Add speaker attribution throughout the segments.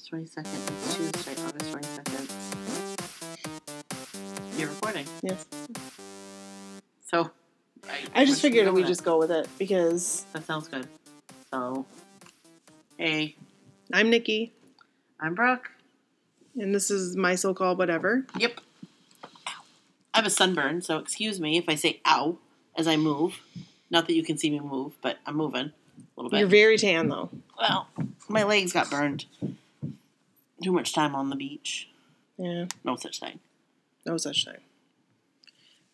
Speaker 1: 22nd. It's Tuesday, August 22nd. You're recording.
Speaker 2: Yes.
Speaker 1: So.
Speaker 2: I just
Speaker 1: let's
Speaker 2: figured
Speaker 1: go
Speaker 2: we
Speaker 1: with it.
Speaker 2: just go with it because
Speaker 1: That sounds good. So. Hey,
Speaker 2: I'm Nikki
Speaker 1: I'm Brooke.
Speaker 2: and this is my so called whatever.
Speaker 1: Yep. I have a sunburn, so excuse me if I say ow as I move. Not that you can see me move, but I'm moving a little bit.
Speaker 2: You're very tan though.
Speaker 1: well, my legs got burned. Too much time on the beach.
Speaker 2: Yeah,
Speaker 1: No such thing.
Speaker 2: no such thing.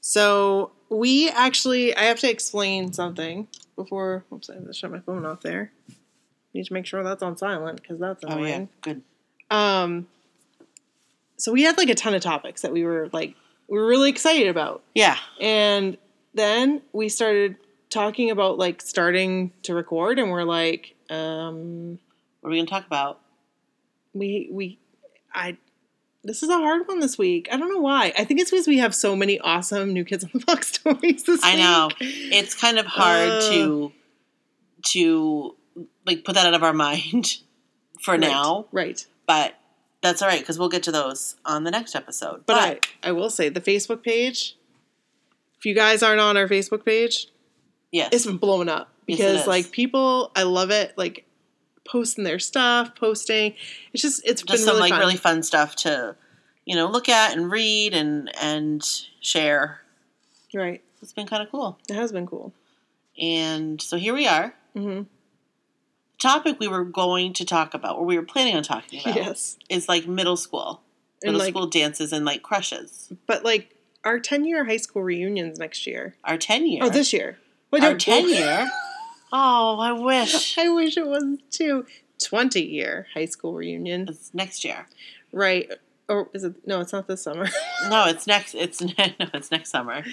Speaker 2: So we actually, I have to explain something before. Oops, I have to shut my phone off there. Need to make sure that's on silent because that's
Speaker 1: Oh, yeah.
Speaker 2: annoying.
Speaker 1: Good.
Speaker 2: Um. So we had like a ton of topics that we were like we were really excited about.
Speaker 1: Yeah.
Speaker 2: And then we started talking about like starting to record, and we're like, um,
Speaker 1: What are we going to talk about?
Speaker 2: we we I this is a hard one this week. I don't know why. I think it's because we have so many awesome new kids on the block stories this
Speaker 1: I
Speaker 2: week.
Speaker 1: know. It's kind of hard
Speaker 2: Uh.
Speaker 1: to to like put that out of our mind for
Speaker 2: Right,
Speaker 1: now,
Speaker 2: right?
Speaker 1: but that's all right because we'll get to those on the next episode.
Speaker 2: But, I I will say the Facebook page. If you guys aren't on our Facebook page,
Speaker 1: yes,
Speaker 2: it's been blowing up
Speaker 1: Yes, it
Speaker 2: because
Speaker 1: is.
Speaker 2: like people, I love it. Like posting their stuff, posting. It's just it's been
Speaker 1: just some like
Speaker 2: really fun.
Speaker 1: really fun stuff to you know look at and read and and share.
Speaker 2: right.
Speaker 1: It's been kind of cool,
Speaker 2: It has been cool.
Speaker 1: and so here we are.
Speaker 2: hmm
Speaker 1: Topic we were going to talk about, or we were planning on talking about,
Speaker 2: Yes,
Speaker 1: is like middle school,
Speaker 2: and
Speaker 1: middle
Speaker 2: like
Speaker 1: school dances and like crushes.
Speaker 2: but like our ten year high school reunions next year.
Speaker 1: Our ten year,
Speaker 2: Oh, this year. Well,
Speaker 1: our
Speaker 2: no,
Speaker 1: ten year. Oh, I wish.
Speaker 2: I wish it was too. 20 year high school reunion.
Speaker 1: It's next year.
Speaker 2: Right. Or is it? No, it's not this summer.
Speaker 1: No, it's next. It's no, it's next summer.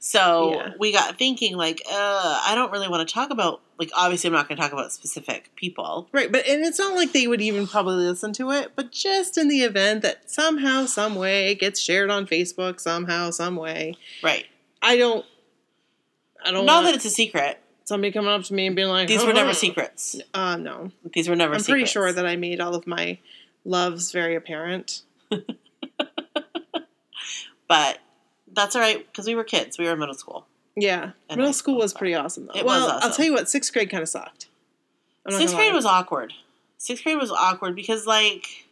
Speaker 1: So
Speaker 2: Yeah.
Speaker 1: we got thinking like, uh, I don't really want to talk about like. Obviously, I'm not going to talk about specific people.
Speaker 2: right. But, and it's not like they would even probably listen to it, but just in the event that somehow, some way it gets shared on Facebook, somehow, some way.
Speaker 1: Right.
Speaker 2: I don't, I don't
Speaker 1: Not
Speaker 2: want
Speaker 1: that it's a secret.
Speaker 2: somebody coming up to me and being like,
Speaker 1: These were never
Speaker 2: "Huh."
Speaker 1: secrets.
Speaker 2: Uh, no.
Speaker 1: These were never.
Speaker 2: I'm
Speaker 1: secrets.
Speaker 2: pretty sure that I made all of my loves very apparent.
Speaker 1: But that's all right because we were kids. We were in middle school.
Speaker 2: Yeah.
Speaker 1: And high
Speaker 2: Middle school
Speaker 1: school,
Speaker 2: was
Speaker 1: so.
Speaker 2: pretty awesome, though.
Speaker 1: It was
Speaker 2: well,
Speaker 1: awesome.
Speaker 2: I'll tell you what, sixth grade kind of sucked. I'm not
Speaker 1: Sixth
Speaker 2: gonna
Speaker 1: grade
Speaker 2: lie.
Speaker 1: was awkward. Sixth grade was awkward because like,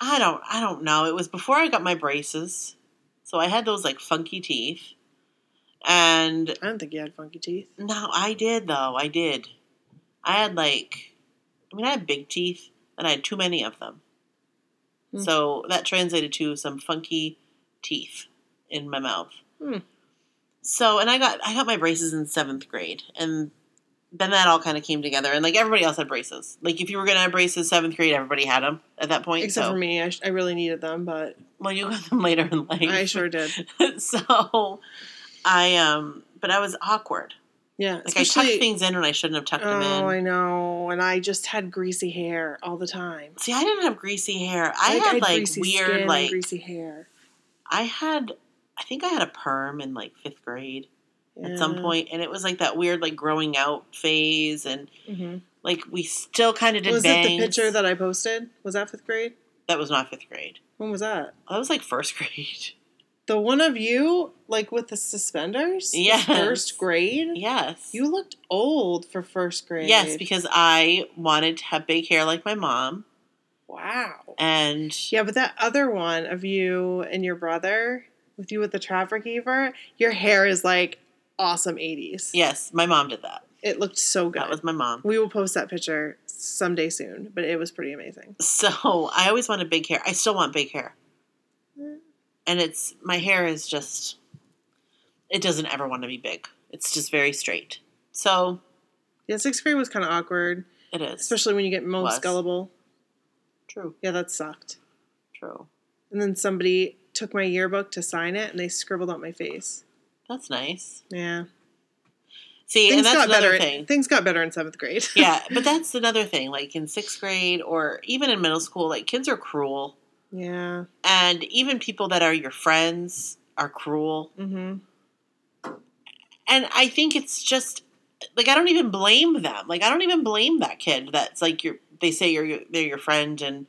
Speaker 1: I don't, I don't know. It was before I got my braces, so I had those like funky teeth, and
Speaker 2: I don't think you had funky teeth.
Speaker 1: No, I did though. I did. I had like, I mean, I had big teeth, and I had too many of them.
Speaker 2: Hmm.
Speaker 1: So that translated to some funky teeth in my mouth.
Speaker 2: Hmm.
Speaker 1: So, and I got I got my braces in seventh grade, and then that all kind of came together. And like everybody else had braces. Like if you were gonna have braces seventh grade, everybody had them at that point.
Speaker 2: Except
Speaker 1: so,
Speaker 2: for me, I, sh- I really needed them, but
Speaker 1: well, you got them later in life.
Speaker 2: I sure did.
Speaker 1: so, I um, but I was awkward.
Speaker 2: Yeah,
Speaker 1: Like I tucked things in when I shouldn't have tucked them in.
Speaker 2: oh, I know, and I just had greasy hair all the time.
Speaker 1: See, I didn't have greasy hair. I had like
Speaker 2: skin
Speaker 1: weird,
Speaker 2: and
Speaker 1: like
Speaker 2: greasy hair.
Speaker 1: I had. I think I had a perm in like fifth grade at some
Speaker 2: Yeah.
Speaker 1: point, and it was like that weird, like growing out phase, and
Speaker 2: Mhm.
Speaker 1: like we still kind of did
Speaker 2: Was
Speaker 1: bangs.
Speaker 2: it the picture that I posted? Was that fifth grade?
Speaker 1: That was not fifth grade.
Speaker 2: When was that?
Speaker 1: That was like first grade.
Speaker 2: The one of you, like with the suspenders. was
Speaker 1: Yes.
Speaker 2: First grade.
Speaker 1: yes,
Speaker 2: You looked old for first grade.
Speaker 1: yes, because I wanted to have big hair like my mom,
Speaker 2: wow.
Speaker 1: and
Speaker 2: Yeah, but that other one of you and your brother with you with the traffic giver, your hair is like awesome 80s.
Speaker 1: yes, my mom did that.
Speaker 2: It looked so good.
Speaker 1: That was my mom.
Speaker 2: we will post that picture someday soon, but it was pretty amazing.
Speaker 1: So I always wanted big hair. I still want big hair.
Speaker 2: Mm.
Speaker 1: And it's my hair is just it doesn't ever want to be big. It's just very straight. So
Speaker 2: Yeah, sixth grade was kind of awkward,
Speaker 1: it is.
Speaker 2: especially when you get most
Speaker 1: Was.
Speaker 2: gullible.
Speaker 1: true.
Speaker 2: Yeah, that sucked.
Speaker 1: True.
Speaker 2: And then somebody took my yearbook to sign it and they scribbled out my face.
Speaker 1: That's nice.
Speaker 2: Yeah.
Speaker 1: See, and that's
Speaker 2: got
Speaker 1: another
Speaker 2: better.
Speaker 1: thing.
Speaker 2: Things got better in seventh grade.
Speaker 1: yeah, but that's another thing. Like in sixth grade or even in middle school, like kids are cruel.
Speaker 2: yeah.
Speaker 1: And even people that are your friends are cruel.
Speaker 2: Mm-hmm.
Speaker 1: and I think it's just like I don't even blame them. Like I don't even blame that kid. That's like your they say you're they're your friend and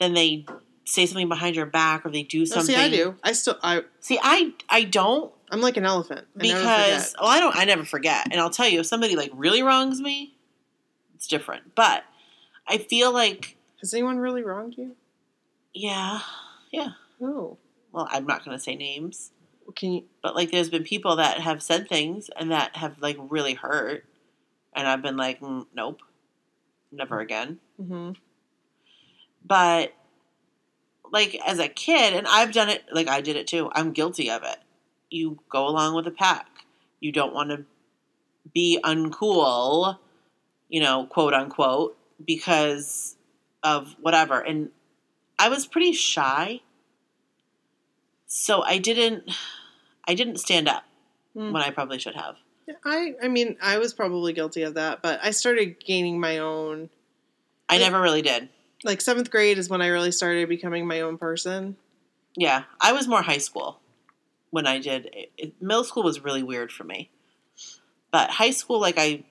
Speaker 1: then they say something behind your back or they do
Speaker 2: No,
Speaker 1: something.
Speaker 2: Oh, see, I do. I still, I,
Speaker 1: See, I I don't
Speaker 2: I'm like an elephant. I never forget.
Speaker 1: because well, I don't I never forget. And I'll tell you if somebody like really wrongs me, it's different. But I feel like
Speaker 2: has anyone really wronged you?
Speaker 1: yeah, yeah.
Speaker 2: No.
Speaker 1: Well, I'm not going to say names,
Speaker 2: Can you?
Speaker 1: but like there's been people that have said things and that have like really hurt and I've been like "Mm, nope. Never again.
Speaker 2: hmm
Speaker 1: But like as a kid and I've done it like I did it too. I'm guilty of it. You go along with the pack. You don't want to be uncool, you know, quote unquote, because of whatever. And I was pretty shy. So I didn't I didn't stand up
Speaker 2: Mm.
Speaker 1: when I probably should have.
Speaker 2: I, I mean, I was probably guilty of that, but I started gaining my own.
Speaker 1: I
Speaker 2: It-
Speaker 1: never really did.
Speaker 2: Like seventh grade is when I really started becoming my own person.
Speaker 1: Yeah, I was more high school when I did. It, it- middle school was really weird for me, but high school, like I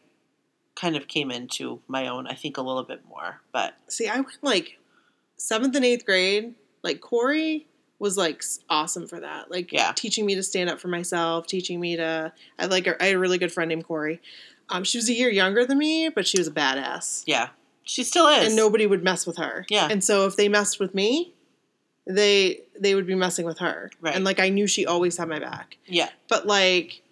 Speaker 1: kind of came into my own. I think a little bit more, but
Speaker 2: See, I went like seventh and eighth grade. Like Corey was like s- awesome for that. Like
Speaker 1: Yeah.
Speaker 2: teaching me to stand up for myself, teaching me to. I like a, I had a really good friend named Corey. Um, she was a year younger than me, but she was a badass,
Speaker 1: yeah, she still is.
Speaker 2: and nobody would mess with her.
Speaker 1: Yeah.
Speaker 2: And so if they messed with me, they they would be messing with her.
Speaker 1: Right.
Speaker 2: And like I knew she always had my back.
Speaker 1: yeah,
Speaker 2: But like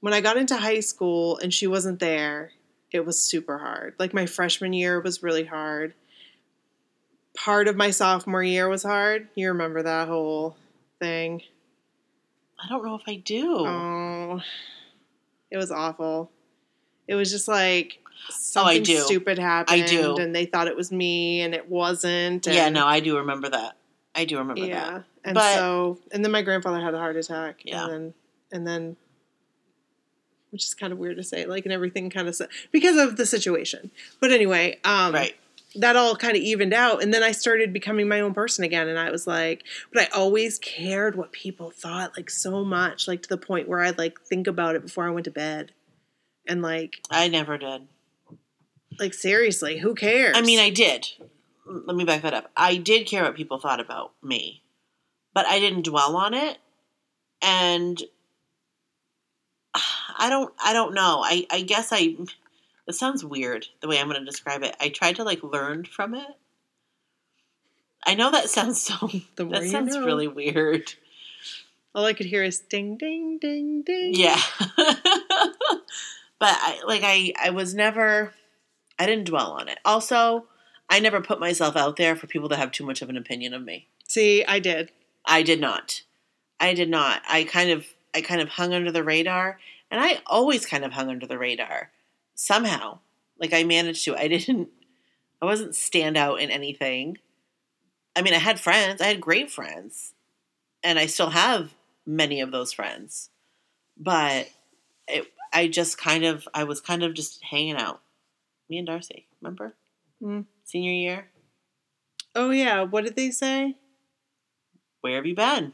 Speaker 2: when I got into high school and she wasn't there, it was super hard. Like my freshman year was really hard. Part of my sophomore year was hard. You remember that whole thing?
Speaker 1: I don't know if I do.
Speaker 2: Oh, it was awful. It was just like
Speaker 1: Oh, I
Speaker 2: something
Speaker 1: do.
Speaker 2: stupid happened,
Speaker 1: do.
Speaker 2: and they thought it was me, and it wasn't. And
Speaker 1: yeah, no, I do remember that. I do remember
Speaker 2: yeah,
Speaker 1: that.
Speaker 2: and
Speaker 1: But-
Speaker 2: so and then my grandfather had a heart attack.
Speaker 1: Yeah.
Speaker 2: and then, and then, which is kind of weird to say, like, and everything kind of se- because of the situation. But anyway, um,
Speaker 1: Right.
Speaker 2: that all kind of evened out, and then I started becoming my own person again, and I was like, but I always cared what people thought, like so much, like to the point where I'd like think about it before I went to bed, and like,
Speaker 1: I never did.
Speaker 2: like seriously, who cares?
Speaker 1: I mean, I did. L- Let me back that up. I did care what people thought about me, but I didn't dwell on it, and I don't. I don't know. I. I guess I. It sounds weird the way I'm going to describe it. I tried to like learn from it. I know that sounds so.
Speaker 2: the more
Speaker 1: That
Speaker 2: you
Speaker 1: sounds
Speaker 2: know.
Speaker 1: really weird.
Speaker 2: all I could hear is ding, ding, ding, ding.
Speaker 1: Yeah. but I like I I was never I didn't dwell on it. Also, I never put myself out there for people to have too much of an opinion of me.
Speaker 2: See, I did.
Speaker 1: I did not. I did not. I kind of I kind of hung under the radar and I always kind of hung under the radar somehow. Like I managed to. I didn't I wasn't stand out in anything. I mean, I had friends. I had great friends. And I still have many of those friends. But it, I just kind of I was kind of just hanging out. Me and Darcy, remember?
Speaker 2: Mm.
Speaker 1: Senior year.
Speaker 2: Oh yeah, what did they say?
Speaker 1: Where have you been?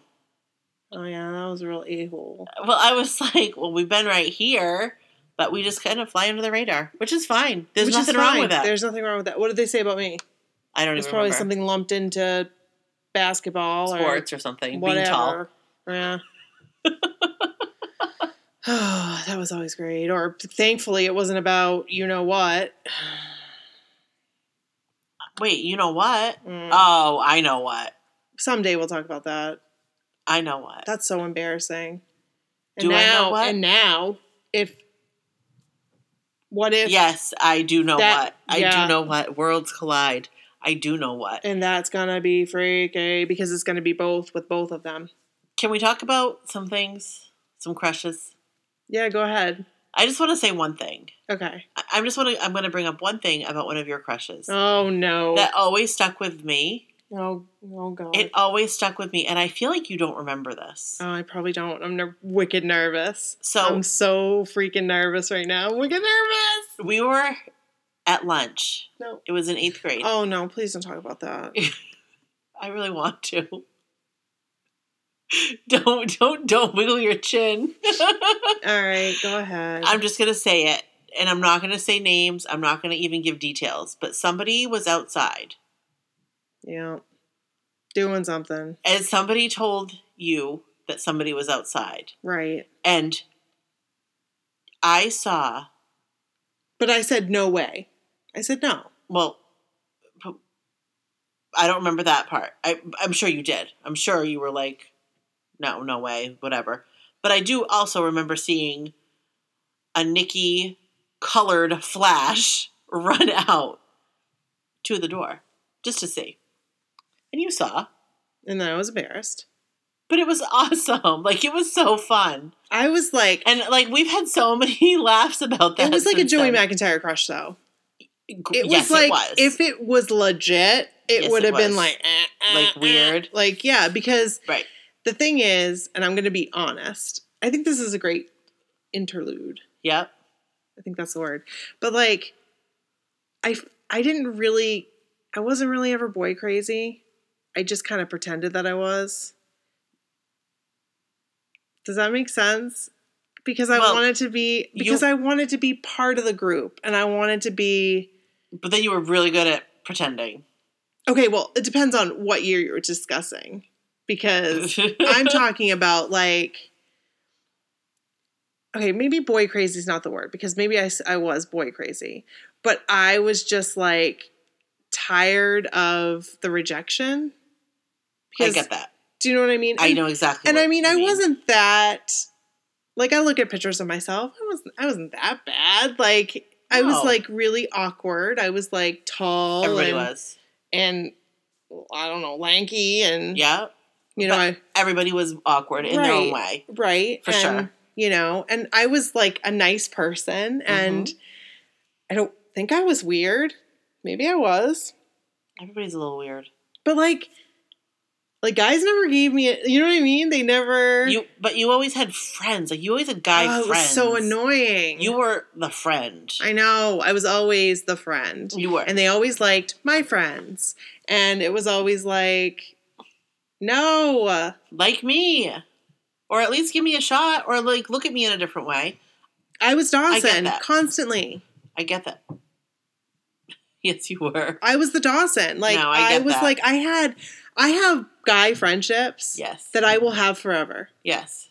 Speaker 2: Oh yeah, that was a real a hole.
Speaker 1: Well, I was like, well, we've been right here, but we just kind of fly under the radar, which is fine. There's nothing wrong with that.
Speaker 2: There's nothing wrong with that. What did they say about me?
Speaker 1: I don't
Speaker 2: It's
Speaker 1: even
Speaker 2: probably
Speaker 1: remember.
Speaker 2: something lumped into basketball
Speaker 1: sports or
Speaker 2: or
Speaker 1: something. Being tall.
Speaker 2: whatever. Yeah. oh, that was always great. Or thankfully, it wasn't about you know what.
Speaker 1: Wait, you know what?
Speaker 2: Mm.
Speaker 1: Oh, I know what.
Speaker 2: Someday we'll talk about that.
Speaker 1: I know what.
Speaker 2: That's so embarrassing. And
Speaker 1: Do I know
Speaker 2: now,
Speaker 1: what?
Speaker 2: And now, if what if?
Speaker 1: yes, I do know
Speaker 2: That-
Speaker 1: what. I
Speaker 2: yeah.
Speaker 1: do know what. Worlds collide. I do know what.
Speaker 2: And that's gonna be freaky because it's gonna be both with both of them.
Speaker 1: Can we talk about some things? Some crushes?
Speaker 2: Yeah, go ahead.
Speaker 1: I just want to say one thing.
Speaker 2: Okay.
Speaker 1: I- I'm just want to. I'm going to bring up one thing about one of your crushes
Speaker 2: Oh no.
Speaker 1: that always stuck with me.
Speaker 2: oh, oh god.
Speaker 1: It always stuck with me, and I feel like you don't remember this.
Speaker 2: oh, I probably don't. I'm ner- wicked nervous.
Speaker 1: So-
Speaker 2: I'm so freaking nervous right now. I'm wicked nervous.
Speaker 1: we were at lunch.
Speaker 2: No.
Speaker 1: It was in eighth grade.
Speaker 2: Oh no! Please don't talk about that.
Speaker 1: I really want to. Don't don't don't wiggle your chin.
Speaker 2: All right, go ahead.
Speaker 1: I'm just gonna say it. and I'm not going to say names, I'm not going to even give details, but somebody was outside
Speaker 2: Yeah. Doing something.
Speaker 1: and somebody told you that somebody was outside.
Speaker 2: Right.
Speaker 1: And I saw,
Speaker 2: But I said, no way. I said, no.
Speaker 1: well, I don't remember that part. I, I'm sure you did. I'm sure you were like, no, no way, whatever. But I do also remember seeing a Nikki colored flash run out to the door just to see. And you saw.
Speaker 2: And then I was embarrassed.
Speaker 1: But it was awesome. Like, it was so fun.
Speaker 2: I was like,
Speaker 1: And, like, we've had so many laughs about that.
Speaker 2: it was like a
Speaker 1: since
Speaker 2: Joey
Speaker 1: then.
Speaker 2: McIntyre crush, though.
Speaker 1: G-
Speaker 2: It was
Speaker 1: yes,
Speaker 2: like
Speaker 1: it was.
Speaker 2: if it was legit, it
Speaker 1: Yes,
Speaker 2: would
Speaker 1: it
Speaker 2: have been
Speaker 1: was.
Speaker 2: like, eh, eh,
Speaker 1: Like,
Speaker 2: eh.
Speaker 1: weird.
Speaker 2: like yeah. Because
Speaker 1: right.
Speaker 2: the thing is, and I'm going to be honest, I think this is a great interlude.
Speaker 1: Yep.
Speaker 2: I think that's the word. But like, I f- I didn't really, I wasn't really ever boy crazy. I just kind of pretended that I was. Does that make sense? Because I
Speaker 1: Well,
Speaker 2: wanted to be
Speaker 1: you-
Speaker 2: because I wanted to be part of the group, and I wanted to be
Speaker 1: But then you were really good at pretending.
Speaker 2: okay. Well, it depends on what year you were discussing, because I'm talking about like, okay, maybe boy crazy is not the word because maybe I, s- I was boy crazy, but I was just like tired of the rejection.
Speaker 1: I get that.
Speaker 2: Do you know what I mean?
Speaker 1: I
Speaker 2: And-
Speaker 1: know exactly.
Speaker 2: And
Speaker 1: what
Speaker 2: I mean,
Speaker 1: you
Speaker 2: I wasn't that. Like, I look at pictures of myself. I wasn't. I wasn't that bad. Like, I
Speaker 1: No.
Speaker 2: was like really awkward. I was like tall.
Speaker 1: Everybody
Speaker 2: and,
Speaker 1: was.
Speaker 2: and I don't know, lanky, and
Speaker 1: Yeah.
Speaker 2: you know,
Speaker 1: but-
Speaker 2: I
Speaker 1: Everybody was awkward in their own way.
Speaker 2: Right.
Speaker 1: For
Speaker 2: and,
Speaker 1: sure.
Speaker 2: You know, and I was like a nice person
Speaker 1: Mm-hmm.
Speaker 2: and I don't think I was weird. Maybe I was.
Speaker 1: Everybody's a little weird.
Speaker 2: But like like guys never gave me a, you know what I mean? They never
Speaker 1: You, but you always had friends. Like you always had guy
Speaker 2: oh, it was
Speaker 1: friends.
Speaker 2: so annoying.
Speaker 1: You were the friend.
Speaker 2: I know. I was always the friend.
Speaker 1: you were.
Speaker 2: And they always liked my friends. And it was always like no.
Speaker 1: like me, or at least give me a shot, or like look at me in a different way.
Speaker 2: I was Dawson
Speaker 1: that.
Speaker 2: constantly.
Speaker 1: I get that. Yes, you were.
Speaker 2: I was the Dawson. Like
Speaker 1: No, I
Speaker 2: I,
Speaker 1: get
Speaker 2: was
Speaker 1: that.
Speaker 2: like I had I have guy friendships
Speaker 1: Yes.
Speaker 2: that I will have forever.
Speaker 1: yes.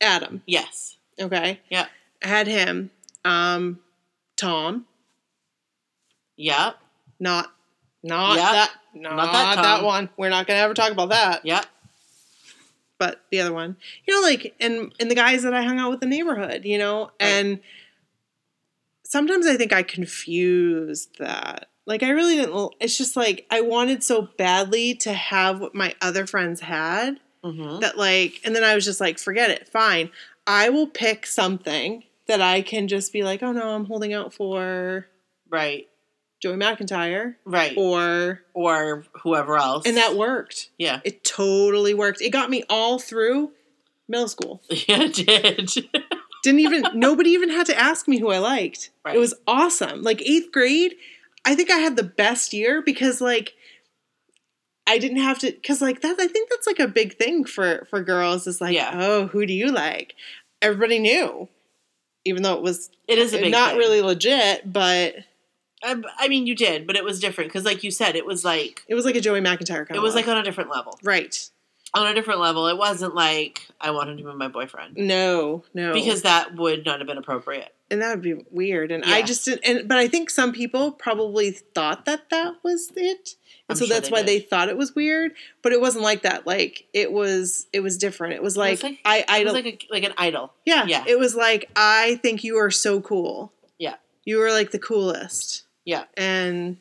Speaker 2: Adam,
Speaker 1: Yes.
Speaker 2: okay?
Speaker 1: Yeah.
Speaker 2: I had him. Um Tom,
Speaker 1: Yep.
Speaker 2: not not
Speaker 1: Yeah.
Speaker 2: that not,
Speaker 1: Not that
Speaker 2: that,
Speaker 1: Tom.
Speaker 2: one. We're not going to ever talk about that.
Speaker 1: Yep.
Speaker 2: But the other one. You know like and and the guys that I hung out with in the neighborhood, you know? And sometimes I think I confused that. Like I really didn't it's just like I wanted so badly to have what my other friends had.
Speaker 1: Mm-hmm.
Speaker 2: that like and then i was just like forget it fine i will pick something that i can just be like oh no i'm holding out for
Speaker 1: Right.
Speaker 2: joey mcintyre
Speaker 1: Right.
Speaker 2: or
Speaker 1: or whoever else.
Speaker 2: and that worked
Speaker 1: yeah,
Speaker 2: it totally worked it got me all through middle school
Speaker 1: yeah, it did.
Speaker 2: didn't even nobody even had to ask me who i liked
Speaker 1: Right.
Speaker 2: it was awesome like eighth grade i think i had the best year because like I didn't have to because like that I think that's like a big thing for for girls is like
Speaker 1: Yeah.
Speaker 2: oh who do you like everybody knew even though it was
Speaker 1: It is a big
Speaker 2: not
Speaker 1: thing.
Speaker 2: really legit but
Speaker 1: I, I mean, you did, but it was different because, like you said, it was like
Speaker 2: it was like a Joey McIntyre kind
Speaker 1: it was like on a different level.
Speaker 2: right
Speaker 1: On a different level, it wasn't like I want him to be my boyfriend
Speaker 2: no no
Speaker 1: because that would not have been appropriate.
Speaker 2: and that would be weird and I
Speaker 1: Yeah.
Speaker 2: just didn't and but I think some people probably thought that that was it and
Speaker 1: I'm
Speaker 2: so
Speaker 1: sure
Speaker 2: that's
Speaker 1: they
Speaker 2: why
Speaker 1: did.
Speaker 2: they thought it was weird but it wasn't like that like it was it was different it
Speaker 1: was
Speaker 2: was like,
Speaker 1: like-
Speaker 2: I I
Speaker 1: It was
Speaker 2: don't
Speaker 1: like a, like an idol.
Speaker 2: Yeah.
Speaker 1: Yeah.
Speaker 2: It was like, I think you are so cool.
Speaker 1: Yeah.
Speaker 2: You were like the coolest.
Speaker 1: Yeah.
Speaker 2: And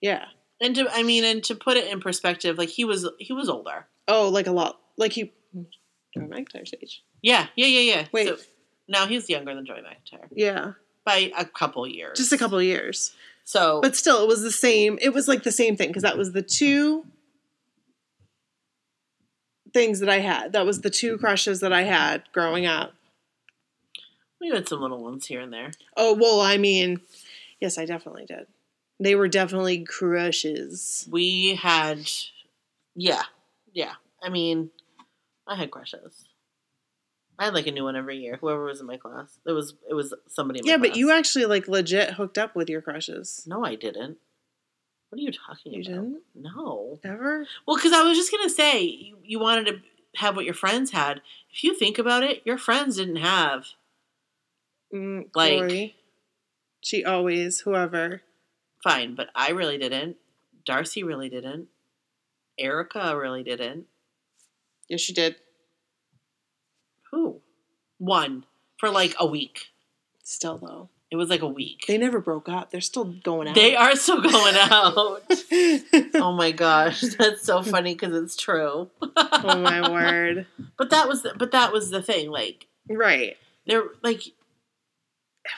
Speaker 2: yeah.
Speaker 1: And to I mean, and to put it in perspective, like he was he was older.
Speaker 2: Oh, like a lot. Like he.
Speaker 1: Mm.
Speaker 2: Joey McIntyre's age.
Speaker 1: Yeah, yeah, yeah, yeah.
Speaker 2: Wait.
Speaker 1: now he's younger than Joey McIntyre
Speaker 2: Yeah.
Speaker 1: by a couple years.
Speaker 2: Just a couple of years.
Speaker 1: So,
Speaker 2: But still, it was the same. It was like the same thing because that was the two things that I had. That was the two crushes that I had growing up.
Speaker 1: we had some little ones here and there.
Speaker 2: Oh, well, I mean, yes, I definitely did. They were definitely crushes.
Speaker 1: we had yeah yeah i mean i had crushes I had like a new one every year. Whoever was in my class, it was it was somebody. In my
Speaker 2: Yeah, but
Speaker 1: class.
Speaker 2: you actually like legit hooked up with your crushes.
Speaker 1: No, I didn't. What are you talking
Speaker 2: You
Speaker 1: about?
Speaker 2: didn't
Speaker 1: No.
Speaker 2: ever.
Speaker 1: Well, because I was just gonna say you, you wanted to have what your friends had. If you think about it, your friends didn't have.
Speaker 2: Mm,
Speaker 1: Like-
Speaker 2: Chloe. she always whoever.
Speaker 1: Fine, but I really didn't. Darcy really didn't. Erica really didn't.
Speaker 2: Yes, she did.
Speaker 1: Who? One for like a week.
Speaker 2: Still though,
Speaker 1: It was like a week.
Speaker 2: they never broke up. They're still going out.
Speaker 1: They are still going out.
Speaker 2: oh
Speaker 1: oh my gosh, that's so funny because it's true.
Speaker 2: Oh, my word!
Speaker 1: But that was the, but that was the thing. Like
Speaker 2: Right.
Speaker 1: there, like
Speaker 2: It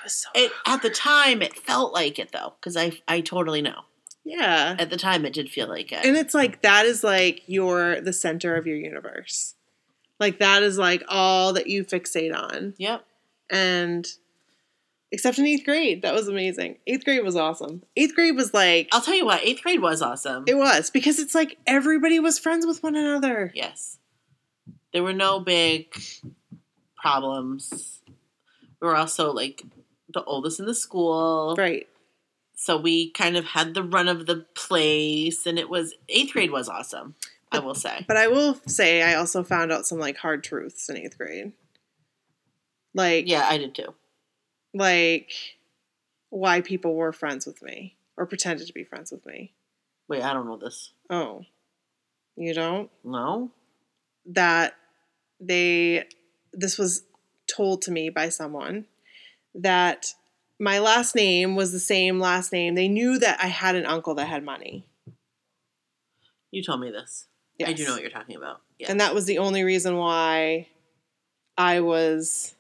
Speaker 2: was so.
Speaker 1: it at the time, it felt like it though because I I totally know
Speaker 2: yeah.
Speaker 1: at the time it did feel like it.
Speaker 2: And it's like that is like your the center of your universe. Like that is like all that you fixate on.
Speaker 1: yep.
Speaker 2: And except in eighth grade, that was amazing. Eighth grade was awesome. Eighth grade was like
Speaker 1: I'll tell you what, eighth grade was awesome.
Speaker 2: it was because it's like everybody was friends with one another.
Speaker 1: yes, there were no big problems. We were also like the oldest in the school.
Speaker 2: Right.
Speaker 1: so we kind of had the run of the place and it was eighth grade was awesome i will say
Speaker 2: But I will say I also found out some like hard truths in eighth grade. Like
Speaker 1: yeah i did too
Speaker 2: like why people were friends with me or pretended to be friends with me.
Speaker 1: wait i don't know this
Speaker 2: Oh. You don't?
Speaker 1: no
Speaker 2: that they this was told to me by someone that my last name was the same last name. They knew that I had an uncle that had money.
Speaker 1: you told me this i do know what you're talking about yeah
Speaker 2: And that was the only reason why I was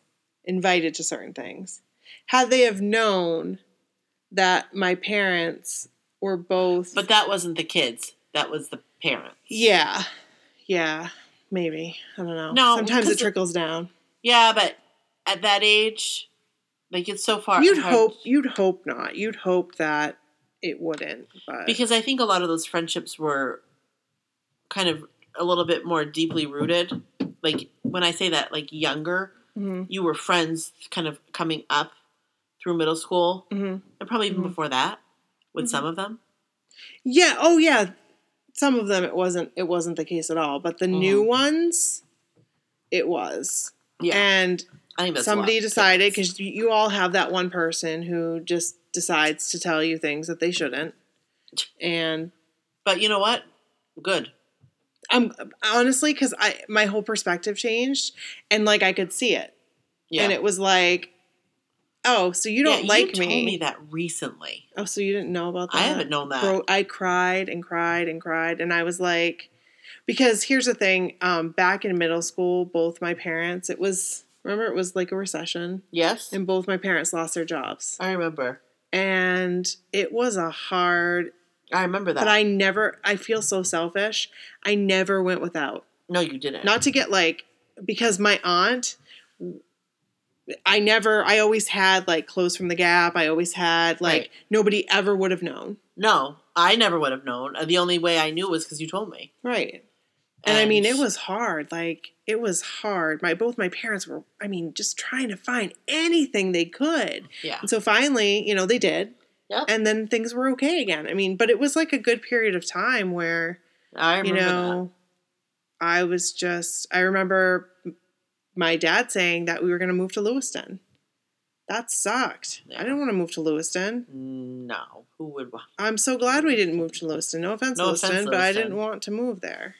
Speaker 2: invited to certain things. Had they have known that my parents were both
Speaker 1: but that wasn't the kids that was the parents
Speaker 2: Yeah. Yeah. Maybe. I don't know.
Speaker 1: No,
Speaker 2: Sometimes it
Speaker 1: because-
Speaker 2: trickles down.
Speaker 1: yeah but at that age like it's so far
Speaker 2: You'd
Speaker 1: hard-
Speaker 2: hope. You'd hope not. You'd hope that it wouldn't. But
Speaker 1: because i think a lot of those friendships were kind of a little bit more deeply rooted like when i say that like younger
Speaker 2: Mhm,
Speaker 1: you were friends kind of coming up through middle school
Speaker 2: mhm.
Speaker 1: and probably even
Speaker 2: Mhm.
Speaker 1: before that with
Speaker 2: Mhm.
Speaker 1: some of them.
Speaker 2: yeah. Oh yeah. Some of them it wasn't. It wasn't the case at all. But the
Speaker 1: Mm-hmm.
Speaker 2: new ones, it was. And
Speaker 1: I think that's a lot.
Speaker 2: somebody decided because you all have that one person who just decides to tell you things that they shouldn't. And
Speaker 1: But you know what? Good.
Speaker 2: I'm honestly because I my whole perspective changed, and like I could see it,
Speaker 1: Yeah.
Speaker 2: and it was like, oh, so you don't
Speaker 1: Yeah,
Speaker 2: like
Speaker 1: you Told me that recently.
Speaker 2: Oh, so you didn't know about that?
Speaker 1: I haven't known that.
Speaker 2: Bro, I cried and cried and cried, and I was like, because here's the thing. Um, back in middle school, both my parents. It was remember it was like a recession,
Speaker 1: yes,
Speaker 2: and both my parents lost their jobs,
Speaker 1: I remember.
Speaker 2: and it was a hard.
Speaker 1: I remember that.
Speaker 2: But I never. I feel so selfish. I never went without.
Speaker 1: no, you didn't.
Speaker 2: Not to get like because my aunt. I never. I always had like clothes from the Gap. I always had like
Speaker 1: Right.
Speaker 2: nobody ever would have known.
Speaker 1: no, I never would have known. Uh, The only way I knew was because you told me.
Speaker 2: Right. And, I mean, it was hard. Like it was hard. My both my parents were. I mean, just trying to find anything they could.
Speaker 1: yeah,
Speaker 2: And so finally, you know, they did.
Speaker 1: Yep.
Speaker 2: And then things were okay again. I mean, but it was like a good period of time where
Speaker 1: I remember
Speaker 2: you know, I was just. I remember m- my dad saying that we were going to move to Lewiston. That sucked. I
Speaker 1: Yeah.
Speaker 2: didn't want to move to Lewiston.
Speaker 1: that. No, who would? wa-
Speaker 2: I'm so glad we didn't move to Lewiston. No offense,
Speaker 1: No offense,
Speaker 2: Lewiston, but I
Speaker 1: Lewiston.
Speaker 2: didn't want to move there.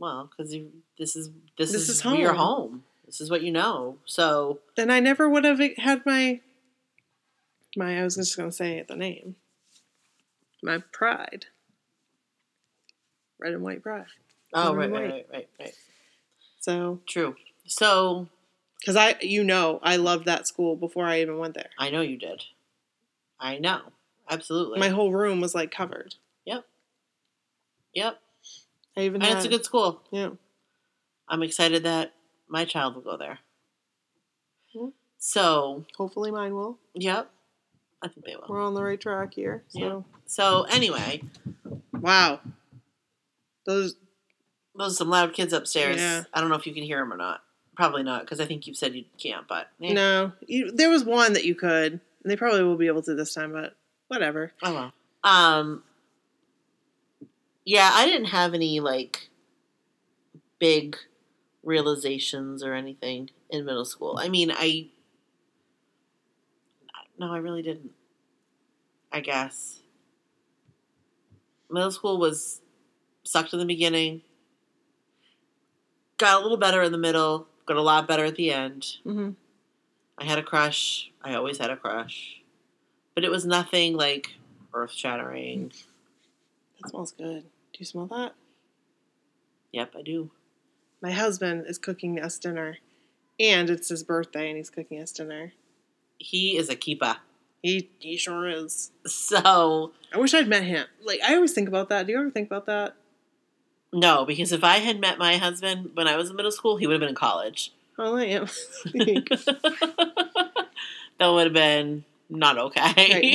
Speaker 1: Well, because this is this,
Speaker 2: This
Speaker 1: is,
Speaker 2: is
Speaker 1: home. your
Speaker 2: home.
Speaker 1: home. This is what you know. So
Speaker 2: then I never would have e-, had my my I was just gonna say the name. My pride. Red and white pride.
Speaker 1: oh,
Speaker 2: Remember
Speaker 1: right, right,
Speaker 2: White.
Speaker 1: right, right, right.
Speaker 2: So
Speaker 1: True. So
Speaker 2: because I you know I loved that school before I even went there.
Speaker 1: I know you did. I know. Absolutely.
Speaker 2: My whole room was like covered.
Speaker 1: yep.
Speaker 2: I even
Speaker 1: And
Speaker 2: had
Speaker 1: it's a good school.
Speaker 2: yeah.
Speaker 1: I'm excited that my child will go there.
Speaker 2: Yeah.
Speaker 1: So,
Speaker 2: Hopefully mine will.
Speaker 1: yep. I think they will.
Speaker 2: We're on the right track here. So
Speaker 1: So, anyway,
Speaker 2: wow. Those
Speaker 1: those are some loud kids upstairs.
Speaker 2: Yeah.
Speaker 1: I don't know if you can hear them or not. Probably not, because I think you've said you can't, but eh,
Speaker 2: No, you, there was one that you could. And they probably will be able to this time, but whatever.
Speaker 1: oh well. Um, yeah, I didn't have any like big realizations or anything in middle school. I mean, I no, I really didn't. I guess middle school was sucked in the beginning. Got a little better in the middle. Got a lot better at the end.
Speaker 2: hmm
Speaker 1: I had a crush. I always had a crush. But it was nothing like earth shattering.
Speaker 2: That smells good. Do you smell that?
Speaker 1: Yep, I do.
Speaker 2: My husband is cooking us dinner, and it's his birthday, and he's cooking us dinner.
Speaker 1: He is a keeper.
Speaker 2: He he sure is.
Speaker 1: So,
Speaker 2: I wish I'd met him. Like I always think about that. Do you ever think about that?
Speaker 1: no, because if I had met my husband when I was in middle school, he would have been in college.
Speaker 2: Oh, I am.
Speaker 1: that would have been not okay.
Speaker 2: right.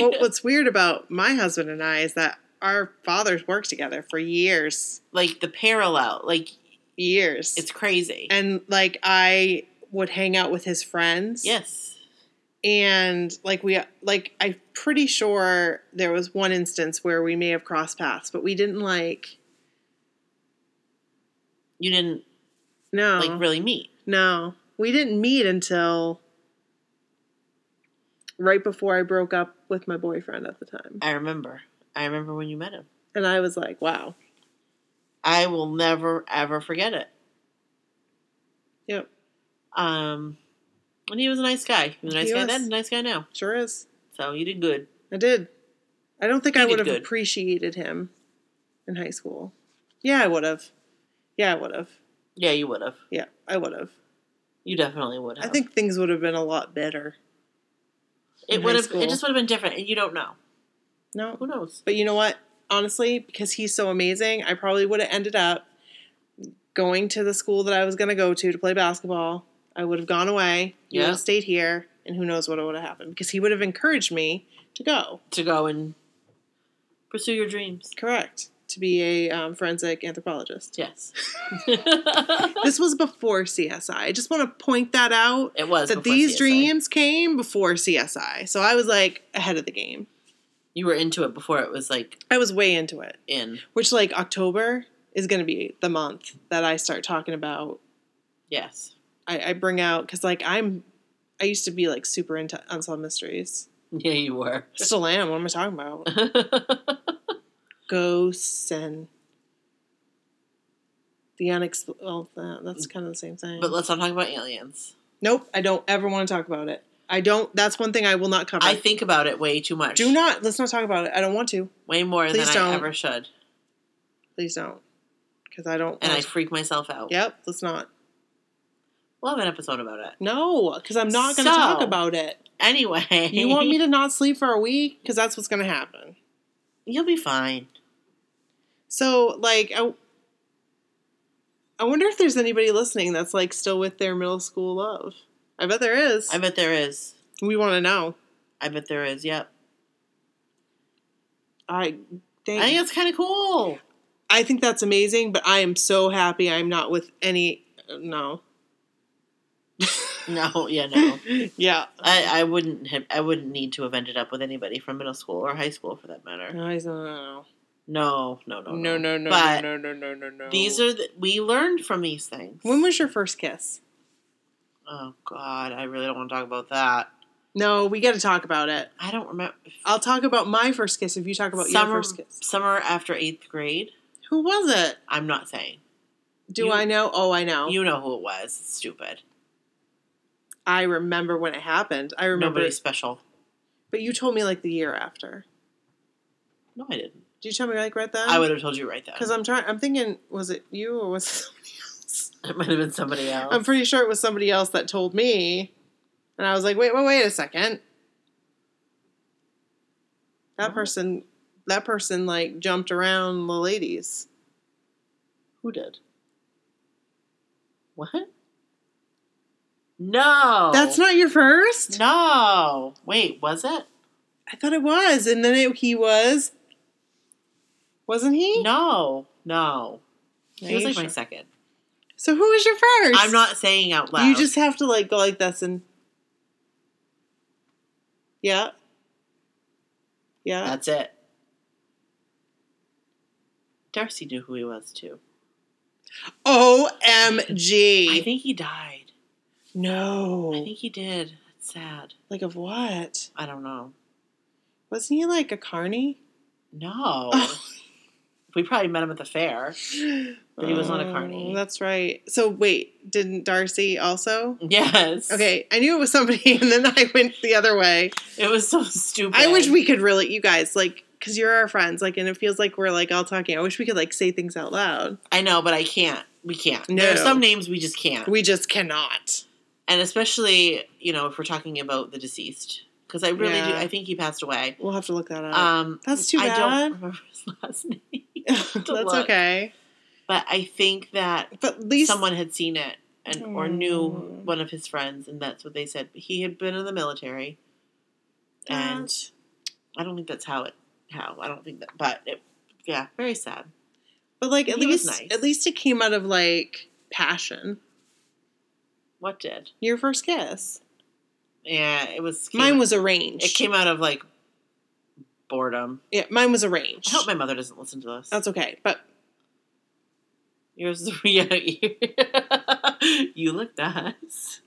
Speaker 2: Well, what's weird about my husband and I is that our fathers worked together for years,
Speaker 1: like the parallel, like
Speaker 2: years.
Speaker 1: it's crazy.
Speaker 2: and like I would hang out with his friends.
Speaker 1: yes.
Speaker 2: and like we like i'm pretty sure there was one instance where we may have crossed paths but we didn't like
Speaker 1: You didn't
Speaker 2: no
Speaker 1: like really meet.
Speaker 2: no we didn't meet until right before i broke up with my boyfriend at the time
Speaker 1: I remember. I remember when you met him.
Speaker 2: and i was like wow
Speaker 1: I will never ever forget it.
Speaker 2: yep
Speaker 1: Um, and he was a nice guy. He was a nice
Speaker 2: He
Speaker 1: guy
Speaker 2: was.
Speaker 1: then, a nice guy now.
Speaker 2: sure is
Speaker 1: So you did good.
Speaker 2: i did i don't think
Speaker 1: You
Speaker 2: i
Speaker 1: did
Speaker 2: would have
Speaker 1: good.
Speaker 2: appreciated him in high school yeah i would have yeah i would have
Speaker 1: Yeah, you would have.
Speaker 2: yeah i would have
Speaker 1: You definitely would have.
Speaker 2: i think things would have been a lot better
Speaker 1: it
Speaker 2: in
Speaker 1: would
Speaker 2: high
Speaker 1: have. It
Speaker 2: school.
Speaker 1: just would have been different, and you don't know.
Speaker 2: no
Speaker 1: Who knows?
Speaker 2: But you know what? Honestly, because he's so amazing, I probably would have ended up going to the school that I was going to go to to play basketball. I would have gone away. He would
Speaker 1: Yeah.
Speaker 2: have stayed here, and who knows what would have happened because he would have encouraged me to go.
Speaker 1: To go and pursue your dreams.
Speaker 2: Correct. To be a um, forensic anthropologist.
Speaker 1: Yes,
Speaker 2: This was before CSI. I just want to point that out
Speaker 1: it was.
Speaker 2: that
Speaker 1: before
Speaker 2: these
Speaker 1: CSI.
Speaker 2: dreams came before CSI. So I was like ahead of the game.
Speaker 1: you were into it before it was like
Speaker 2: I was way into it.
Speaker 1: in.
Speaker 2: Which, like, October is going to be the month that I start talking about
Speaker 1: Yes.
Speaker 2: I, I bring out because like I'm I used to be like super into unsolved mysteries.
Speaker 1: Yeah, you were.
Speaker 2: Still am. What am I talking about? Ghosts and the unexplained. Well, that, that's kind of the same thing.
Speaker 1: but let's not talk about aliens.
Speaker 2: nope, I don't ever want to talk about it. I don't. That's one thing I will not cover.
Speaker 1: I think about it way too much.
Speaker 2: Do not. Let's not talk about it. I don't want to.
Speaker 1: way more than
Speaker 2: Please
Speaker 1: I
Speaker 2: don't.
Speaker 1: ever should,
Speaker 2: Please don't. Because I don't.
Speaker 1: and I
Speaker 2: want
Speaker 1: freak myself out.
Speaker 2: to. Yep. Let's not.
Speaker 1: We'll have an episode about it.
Speaker 2: No, because I'm not going to
Speaker 1: So-
Speaker 2: talk about it.
Speaker 1: Anyway,
Speaker 2: You want me to not sleep for a week? Because that's what's going to happen.
Speaker 1: You'll be fine.
Speaker 2: So, like, I, I wonder if there's anybody listening that's like still with their middle school love. I bet there is.
Speaker 1: I bet there is.
Speaker 2: we want to know.
Speaker 1: I bet there is. Yep.
Speaker 2: I think,
Speaker 1: I think that's kind of cool.
Speaker 2: I think that's amazing, but I am so happy I'm not with any. No.
Speaker 1: No, yeah, no.
Speaker 2: yeah.
Speaker 1: I, I wouldn't have. I wouldn't need to have ended up with anybody from middle school or high school for that matter.
Speaker 2: No, he's no,
Speaker 1: No, no, no,
Speaker 2: Mm. no, no, no, no,
Speaker 1: Oh, But
Speaker 2: no, no, no, no, no.
Speaker 1: these are the, we learned from these things.
Speaker 2: When was your first kiss?
Speaker 1: oh God, I really don't want to talk about that.
Speaker 2: No, we got to talk about it.
Speaker 1: I don't remember.
Speaker 2: I'll talk about my first kiss if you talk about
Speaker 1: summer,
Speaker 2: your first kiss.
Speaker 1: summer after eighth grade.
Speaker 2: Who was it?
Speaker 1: I'm not saying.
Speaker 2: Do
Speaker 1: You-
Speaker 2: I know? Oh, I know.
Speaker 1: You know who it was. It's stupid.
Speaker 2: I remember when it happened. I remember
Speaker 1: Nobody special.
Speaker 2: But you told me like the year after.
Speaker 1: No, I didn't.
Speaker 2: Did you tell me like right then?
Speaker 1: I would have told you right then.
Speaker 2: because I'm trying. I'm thinking, was it you or was it somebody else?
Speaker 1: It might have been somebody else.
Speaker 2: I'm pretty sure it was somebody else that told me, and I was like, wait, wait, wait a second. That
Speaker 1: What?
Speaker 2: person, that person like jumped around the ladies.
Speaker 1: Who did? What? No.
Speaker 2: That's not your first.
Speaker 1: Oh. No. Wait, was it?
Speaker 2: I thought it was, and then it, he was, wasn't he?
Speaker 1: No. No.
Speaker 2: Yeah,
Speaker 1: He was
Speaker 2: you
Speaker 1: like my
Speaker 2: sure?
Speaker 1: second.
Speaker 2: So who was your first?
Speaker 1: I'm not saying out loud.
Speaker 2: You just have to like go like this and. Yeah. Yeah.
Speaker 1: That's it. Darcy knew who he was too. I
Speaker 2: OMG.
Speaker 1: think he died.
Speaker 2: No.
Speaker 1: I think he did. That's sad.
Speaker 2: like of what?
Speaker 1: I don't know.
Speaker 2: Wasn't he like a carny?
Speaker 1: No.
Speaker 2: Oh.
Speaker 1: we probably met him at the fair. But he was not a carny.
Speaker 2: Oh, That's right. So wait, didn't Darcy also?
Speaker 1: Yes.
Speaker 2: Okay, I knew it was somebody, and then I went the other way.
Speaker 1: It was so stupid.
Speaker 2: I wish we could really, you guys, like, because you're our friends, like, and it feels like we're like all talking. I wish we could like say things out loud.
Speaker 1: I know, but I can't. We can't.
Speaker 2: No.
Speaker 1: There are some names we just can't.
Speaker 2: We just cannot.
Speaker 1: and especially, you know, if we're talking about the deceased. Because I really do.
Speaker 2: Yeah.
Speaker 1: I think he passed away.
Speaker 2: We'll have to look that up.
Speaker 1: Um,
Speaker 2: That's too
Speaker 1: I don't
Speaker 2: bad.
Speaker 1: remember his last name.
Speaker 2: That's
Speaker 1: look.
Speaker 2: okay.
Speaker 1: But I think that
Speaker 2: But at least
Speaker 1: someone had seen it and or knew
Speaker 2: Mm.
Speaker 1: one of his friends, and that's what they said. He had been in the military,
Speaker 2: uh,
Speaker 1: and
Speaker 2: That-
Speaker 1: I don't think that's how it. How I don't think that, but it, yeah, very sad.
Speaker 2: But like, at
Speaker 1: He was
Speaker 2: least,
Speaker 1: nice.
Speaker 2: at least it came out of like passion.
Speaker 1: What did?
Speaker 2: Your first kiss.
Speaker 1: Yeah, it was. came-
Speaker 2: Mine was arranged.
Speaker 1: It came out of like boredom.
Speaker 2: Yeah, mine was
Speaker 1: I
Speaker 2: arranged.
Speaker 1: hope my mother doesn't listen to this.
Speaker 2: That's okay. But
Speaker 1: Yours, yeah, you- you look nice.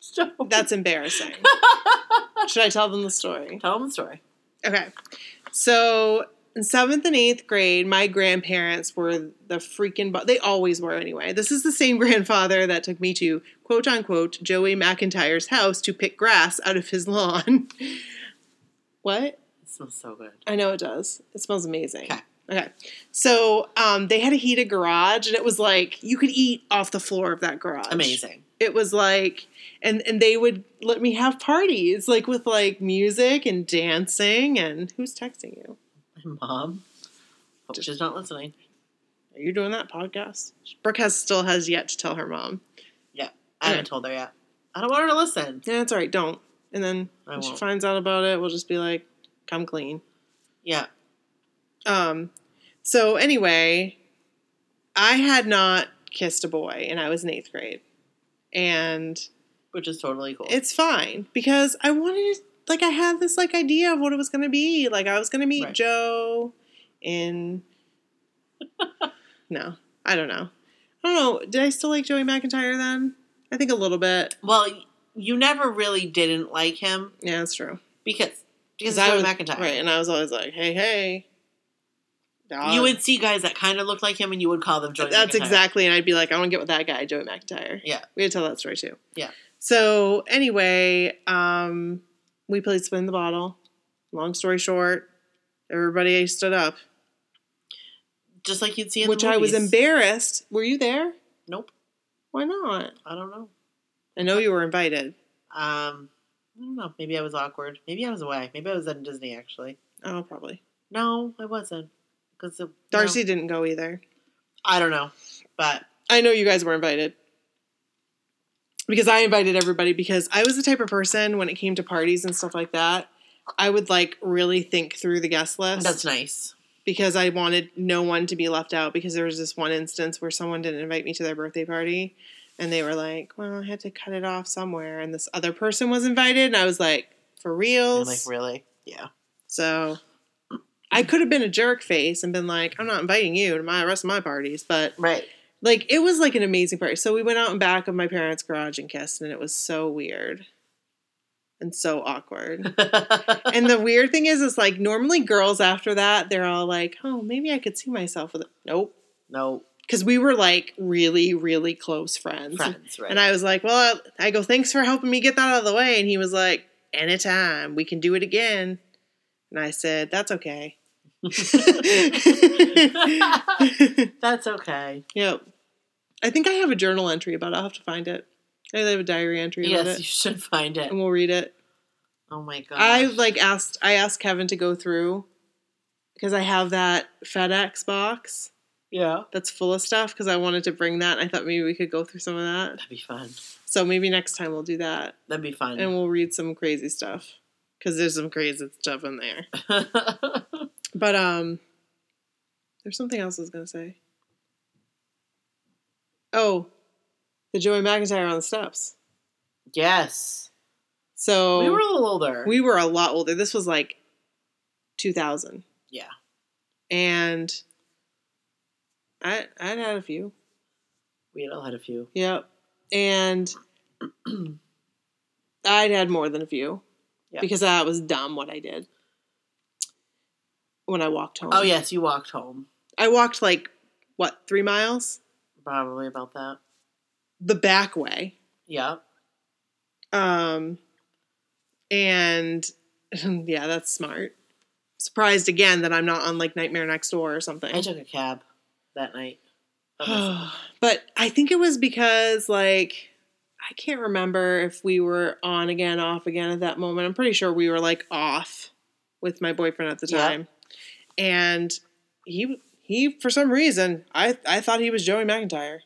Speaker 1: So,
Speaker 2: that's embarrassing. Should I tell them the story?
Speaker 1: tell them the story.
Speaker 2: Okay. So in seventh and eighth grade, my grandparents were the freaking, bo- they always were anyway. This is the same grandfather that took me to quote unquote Joey McIntyre's house to pick grass out of his lawn. what?
Speaker 1: It smells so good.
Speaker 2: I know it does. It smells amazing.
Speaker 1: Okay.
Speaker 2: Okay. So um, they had a heated garage, and it was like you could eat off the floor of that garage.
Speaker 1: Amazing.
Speaker 2: It was like, and and they would let me have parties like with like music and dancing. And who's texting you?
Speaker 1: My mom. Hope she's not listening.
Speaker 2: Are you doing that podcast? Brooke has still has yet to tell her mom.
Speaker 1: I haven't told her yet. I don't want her to listen.
Speaker 2: Yeah, that's all right. Don't. And then
Speaker 1: I
Speaker 2: when she
Speaker 1: won't.
Speaker 2: finds out about it, we'll just be like, come clean.
Speaker 1: Yeah.
Speaker 2: Um, so anyway, I had not kissed a boy, and I was in eighth grade, and
Speaker 1: which is totally cool.
Speaker 2: it's fine because I wanted like I had this like idea of what it was gonna be. Like I was gonna meet
Speaker 1: Right.
Speaker 2: Joe in no, I don't know. I don't know. Did I still like Joey McIntyre then? I think a little bit.
Speaker 1: well, y- you never really didn't like him
Speaker 2: Yeah, that's true.
Speaker 1: because because
Speaker 2: I
Speaker 1: Joey
Speaker 2: was
Speaker 1: McIntyre.
Speaker 2: right, and I was always like, hey, hey. dog.
Speaker 1: You would see guys that kind of looked like him, and you would call them Joey.
Speaker 2: That's
Speaker 1: McIntyre.
Speaker 2: exactly, and I'd be like, I want to get with that guy, Joey McIntyre.
Speaker 1: Yeah.
Speaker 2: we had to tell that story too.
Speaker 1: Yeah.
Speaker 2: So anyway, um, we played spin the bottle. Long story short, everybody stood up,
Speaker 1: just like you'd see in
Speaker 2: which
Speaker 1: the
Speaker 2: I was
Speaker 1: movies.
Speaker 2: embarrassed. Were you there?
Speaker 1: Nope,
Speaker 2: Why not?
Speaker 1: I don't know.
Speaker 2: I know you were invited.
Speaker 1: Um, I don't know. Maybe I was awkward. Maybe I was away. Maybe I was at Disney actually.
Speaker 2: Oh, probably.
Speaker 1: No, I wasn't because
Speaker 2: Darcy didn't go either.
Speaker 1: I don't know, but
Speaker 2: I know you guys were invited. Because I invited everybody because I was the type of person when it came to parties and stuff like that, I would like really think through the guest list.
Speaker 1: that's nice.
Speaker 2: because I wanted no one to be left out because there was this one instance where someone didn't invite me to their birthday party and they were like, Well, I had to cut it off somewhere and this other person was invited and I was like, For
Speaker 1: And I'm
Speaker 2: reals?
Speaker 1: like really, yeah.
Speaker 2: So I could have been a jerk face and been like, I'm not inviting you to my rest of my parties, but
Speaker 1: Right.
Speaker 2: like it was like an amazing party. So we went out in back of my parents' garage and kissed and it was so weird and so awkward and the weird thing is, is like normally girls after that, they're all like, "Oh, maybe I could see myself with it." Nope,
Speaker 1: no
Speaker 2: because we were like really, really close friends.
Speaker 1: friends, right?
Speaker 2: And I was like, "Well, I go, thanks for helping me get that out of the way," and he was like, "Anytime, we can do it again." And I said, "That's okay."
Speaker 1: that's okay.
Speaker 2: yep. I think I have a journal entry about it. I'll have to find it. I have a diary entry about
Speaker 1: Yes, you
Speaker 2: it,
Speaker 1: should find it.
Speaker 2: and we'll read it.
Speaker 1: Oh my god.
Speaker 2: I like asked I asked Kevin to go through because I have that FedEx box
Speaker 1: yeah.
Speaker 2: that's full of stuff because I wanted to bring that. And I thought maybe we could go through some of that.
Speaker 1: That'd be fun.
Speaker 2: So maybe next time we'll do that
Speaker 1: That'd be fun.
Speaker 2: and we'll read some crazy stuff because there's some crazy stuff in there. But um, there's something else I was gonna say. Oh, the Joey McIntyre on the steps.
Speaker 1: Yes.
Speaker 2: So
Speaker 1: We were a little older.
Speaker 2: Oh. we were a lot older. This was like 2000.
Speaker 1: Yeah.
Speaker 2: And I I'd had a few.
Speaker 1: we had all had a few.
Speaker 2: Yep. And I'd had more than a few
Speaker 1: Yeah.
Speaker 2: because that was dumb what I did when I walked home.
Speaker 1: Oh, yes, you walked home.
Speaker 2: I walked like, what, three miles?
Speaker 1: Probably about that.
Speaker 2: The back way.
Speaker 1: Yeah.
Speaker 2: Um, and yeah, that's smart. Surprised again that I'm not on like Nightmare Next Door or something.
Speaker 1: I took a cab that night. Okay.
Speaker 2: but I think it was because like I can't remember if we were on again, off again at that moment. I'm pretty sure we were like off with my boyfriend at the
Speaker 1: Yeah.
Speaker 2: time, and he he for some reason I I thought he was Joey McIntyre.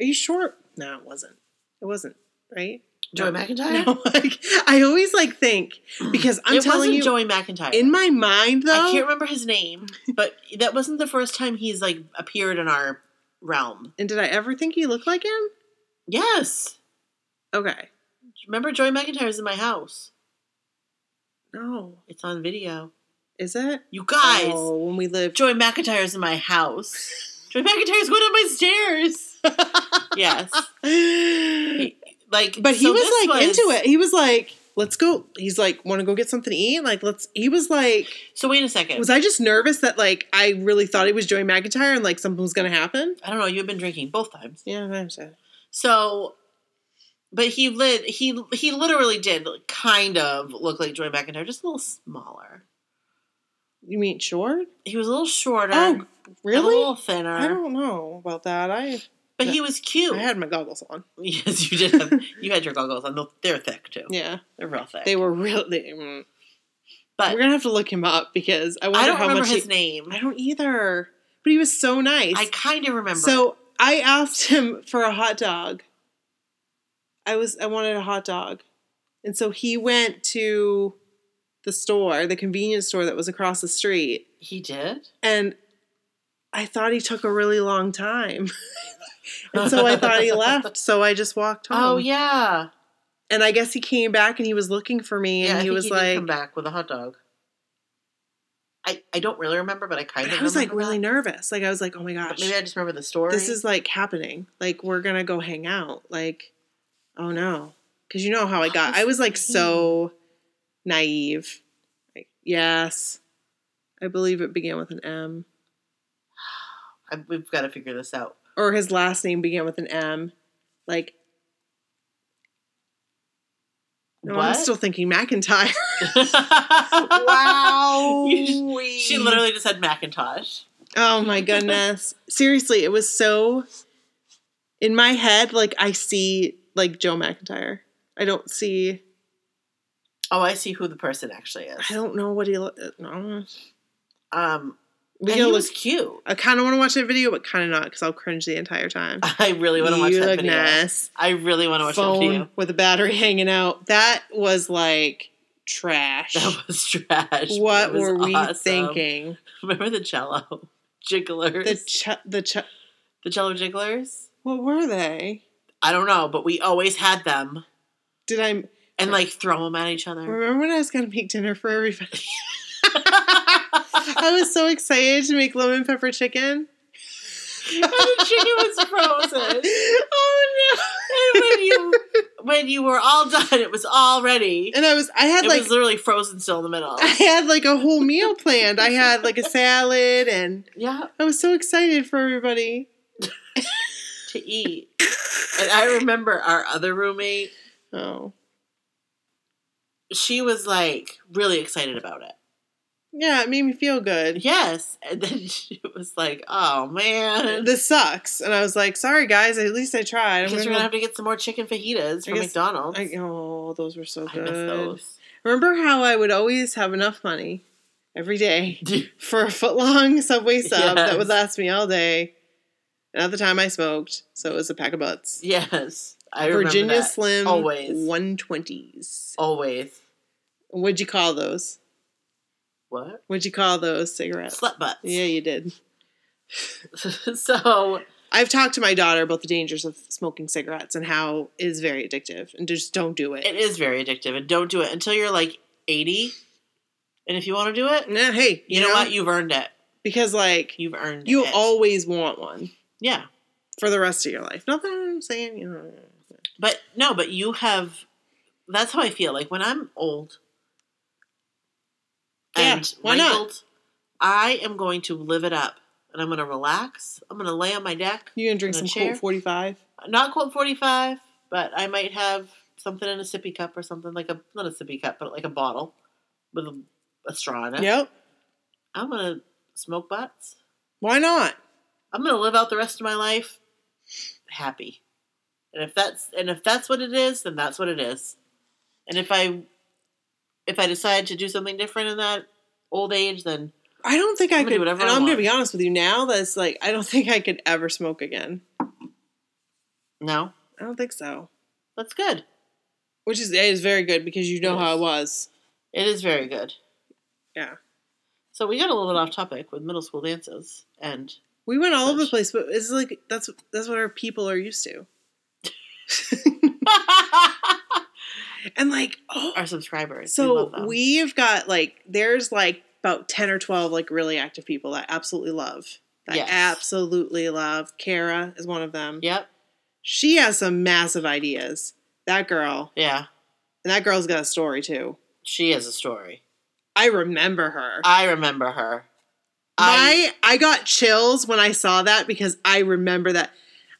Speaker 2: Are you sure? No, it wasn't. It wasn't right.
Speaker 1: Joey
Speaker 2: No.
Speaker 1: McIntyre?
Speaker 2: No, like I always like think because I'm
Speaker 1: it
Speaker 2: telling
Speaker 1: wasn't
Speaker 2: you
Speaker 1: Joey McIntyre.
Speaker 2: in my mind though.
Speaker 1: I can't remember his name, but that wasn't the first time he's like appeared in our realm.
Speaker 2: and did I ever think he looked like him?
Speaker 1: Yes.
Speaker 2: Okay.
Speaker 1: Remember Joey McIntyre's in my house.
Speaker 2: No.
Speaker 1: It's on video.
Speaker 2: Is it?
Speaker 1: You guys,
Speaker 2: Oh, when we lived.
Speaker 1: Joey McIntyre's in my house. Joey McIntyre's going up my stairs. yes.
Speaker 2: but
Speaker 1: Like
Speaker 2: he
Speaker 1: so
Speaker 2: was
Speaker 1: this
Speaker 2: like into it. He was like, "Let's go." He's like, "Want to go get something to eat?" Like, let's. He was like,
Speaker 1: So wait a second.
Speaker 2: "Was I just nervous that like I really thought it was Joey McIntyre and like something was gonna happen?"
Speaker 1: I don't know, you've been drinking both times.
Speaker 2: Yeah, uh, I'm sad.
Speaker 1: So, but he lit. He he literally did kind of look like Joy McIntyre, just a little smaller.
Speaker 2: You mean short?
Speaker 1: He was a little shorter.
Speaker 2: Oh,
Speaker 1: and A
Speaker 2: really?
Speaker 1: little thinner.
Speaker 2: I don't know about that. I
Speaker 1: but he was cute.
Speaker 2: I had my goggles on.
Speaker 1: yes, you did. Have, you had your goggles on. They're- They're thick too.
Speaker 2: Yeah,
Speaker 1: They're real thick.
Speaker 2: they were really. mm.
Speaker 1: But
Speaker 2: We're gonna have to look him up because I wonder
Speaker 1: I don't
Speaker 2: how
Speaker 1: remember
Speaker 2: much.
Speaker 1: his
Speaker 2: he,
Speaker 1: name.
Speaker 2: I don't either. But he was so nice.
Speaker 1: I kind of remember.
Speaker 2: So I asked him for a hot dog. I was I wanted a hot dog. And so he went to the store, the convenience store that was across the street,
Speaker 1: he did.
Speaker 2: and I thought he took a really long time. and so I thought he left, so I just walked home.
Speaker 1: Oh yeah.
Speaker 2: And I guess he came back and he was looking for me
Speaker 1: Yeah.
Speaker 2: and
Speaker 1: I
Speaker 2: he
Speaker 1: think
Speaker 2: was
Speaker 1: he did
Speaker 2: like
Speaker 1: come back with a hot dog. I I don't really remember, but I kind
Speaker 2: but
Speaker 1: of.
Speaker 2: I was like
Speaker 1: remember
Speaker 2: really
Speaker 1: that.
Speaker 2: nervous. Like I was like, "Oh my gosh.
Speaker 1: But maybe I just remember the story.
Speaker 2: this is like happening. Like we're gonna go hang out. Like, oh no, because you know how I got. I was like so naive. Like, yes, I believe it began with an M,
Speaker 1: I, we've got to figure this out.
Speaker 2: or his last name began with an M. Like, no, I'm
Speaker 1: What?
Speaker 2: still thinking McIntyre.
Speaker 1: she literally just said Macintosh.
Speaker 2: Oh my goodness. Seriously, it was so in my head. Like I see like Joe McIntyre. I don't see.
Speaker 1: Oh, I see who the person actually is.
Speaker 2: I don't know what he looked. No,
Speaker 1: Um,
Speaker 2: we
Speaker 1: and
Speaker 2: gotta
Speaker 1: he
Speaker 2: look.
Speaker 1: was cute.
Speaker 2: I kind of want to watch that video, but kind of not because I'll cringe the entire time.
Speaker 1: I really want to watch
Speaker 2: you
Speaker 1: that
Speaker 2: look
Speaker 1: video.
Speaker 2: nice.
Speaker 1: I really want to watch that
Speaker 2: Phone
Speaker 1: video.
Speaker 2: with a battery hanging out. That was like trash.
Speaker 1: That was trash. but it
Speaker 2: what
Speaker 1: was
Speaker 2: were we
Speaker 1: awesome.
Speaker 2: thinking?
Speaker 1: Remember the Jello jigglers?
Speaker 2: The
Speaker 1: The,
Speaker 2: ch- the ch-
Speaker 1: Jello jigglers?
Speaker 2: what were they?
Speaker 1: I don't know, but we always had them
Speaker 2: Did I
Speaker 1: and like throw them at each other.
Speaker 2: remember when I was gonna make dinner for everybody? I was so excited to make lemon pepper chicken.
Speaker 1: and the chicken was frozen.
Speaker 2: oh
Speaker 1: And when you when you were all done, it was all ready.
Speaker 2: no! And I was I had
Speaker 1: it
Speaker 2: like
Speaker 1: was literally frozen still in the middle.
Speaker 2: I had like a whole meal planned. I had like a salad and
Speaker 1: yeah,
Speaker 2: I was so excited for everybody.
Speaker 1: to eat. And I remember our other roommate,
Speaker 2: Oh.
Speaker 1: she was like really excited about it.
Speaker 2: Yeah, it made me feel good.
Speaker 1: Yes. And then she was like, oh man.
Speaker 2: This sucks. And I was like, sorry guys, at least I tried.
Speaker 1: I guess
Speaker 2: I'm
Speaker 1: we're
Speaker 2: gonna
Speaker 1: gonna
Speaker 2: go-
Speaker 1: have to get some more chicken fajitas from
Speaker 2: guess-
Speaker 1: McDonald's.
Speaker 2: I, oh, those were so
Speaker 1: I miss
Speaker 2: good.
Speaker 1: those.
Speaker 2: Remember how I would always have enough money every day for a foot long Subway sub that would
Speaker 1: Yes.
Speaker 2: last me all day. And at the time I smoked, so it was a pack of butts.
Speaker 1: yes. I remember
Speaker 2: Virginia
Speaker 1: that.
Speaker 2: Slim
Speaker 1: Always.
Speaker 2: 120s.
Speaker 1: Always.
Speaker 2: What'd you call those?
Speaker 1: What?
Speaker 2: What'd you call those cigarettes?
Speaker 1: Slut butts.
Speaker 2: Yeah, you did.
Speaker 1: so
Speaker 2: I've talked to my daughter about the dangers of smoking cigarettes and how it is very addictive and just don't do it.
Speaker 1: It is very addictive, and don't do it until you're like 80. And if you want to do it,
Speaker 2: Nah, hey,
Speaker 1: you, know, what? You've earned it.
Speaker 2: Because like
Speaker 1: You've earned
Speaker 2: you
Speaker 1: it.
Speaker 2: always want one
Speaker 1: yeah.
Speaker 2: for the rest of your life. Not that I'm saying you know.
Speaker 1: But no, but you have. That's how I feel. Like when I'm old
Speaker 2: Yeah,
Speaker 1: and
Speaker 2: why not?
Speaker 1: wrinkled, I am going to live it up, and I'm going to relax. I'm going to lay on my deck,
Speaker 2: You gonna drink
Speaker 1: In
Speaker 2: some
Speaker 1: a
Speaker 2: Colt
Speaker 1: chair?
Speaker 2: 45?
Speaker 1: not Colt 45, but I might have something in a sippy cup or something like a not a sippy cup, but like a bottle with a, a straw in it.
Speaker 2: Yep.
Speaker 1: I'm gonna smoke butts.
Speaker 2: Why not?
Speaker 1: I'm gonna live out the rest of my life happy. And if that's and if that's what it is, then that's what it is. And if I if I decide to do something different in that old age, then
Speaker 2: I don't think I
Speaker 1: I'm gonna
Speaker 2: could.
Speaker 1: do whatever
Speaker 2: and
Speaker 1: I
Speaker 2: I'm gonna
Speaker 1: want.
Speaker 2: be honest with you now. That's like I don't think I could ever smoke again.
Speaker 1: no,
Speaker 2: I don't think so.
Speaker 1: that's good.
Speaker 2: Which is it is very good because you know
Speaker 1: It
Speaker 2: how I
Speaker 1: is.
Speaker 2: was.
Speaker 1: It is very good.
Speaker 2: Yeah.
Speaker 1: So we got a little bit off topic with middle school dances and
Speaker 2: We went all over the
Speaker 1: Such.
Speaker 2: place, but it's like that's that's what our people are used to. And like, oh,
Speaker 1: our subscribers. we love
Speaker 2: so
Speaker 1: them.
Speaker 2: we've got like there's like about ten or twelve like really active people that I absolutely love. That
Speaker 1: Yes.
Speaker 2: I absolutely love. Kara is one of them.
Speaker 1: Yep.
Speaker 2: She has some massive ideas. That girl.
Speaker 1: Yeah.
Speaker 2: And that girl's got a story too.
Speaker 1: She has a story.
Speaker 2: I remember her.
Speaker 1: I remember her. I
Speaker 2: I I got chills when I saw that because I remember that.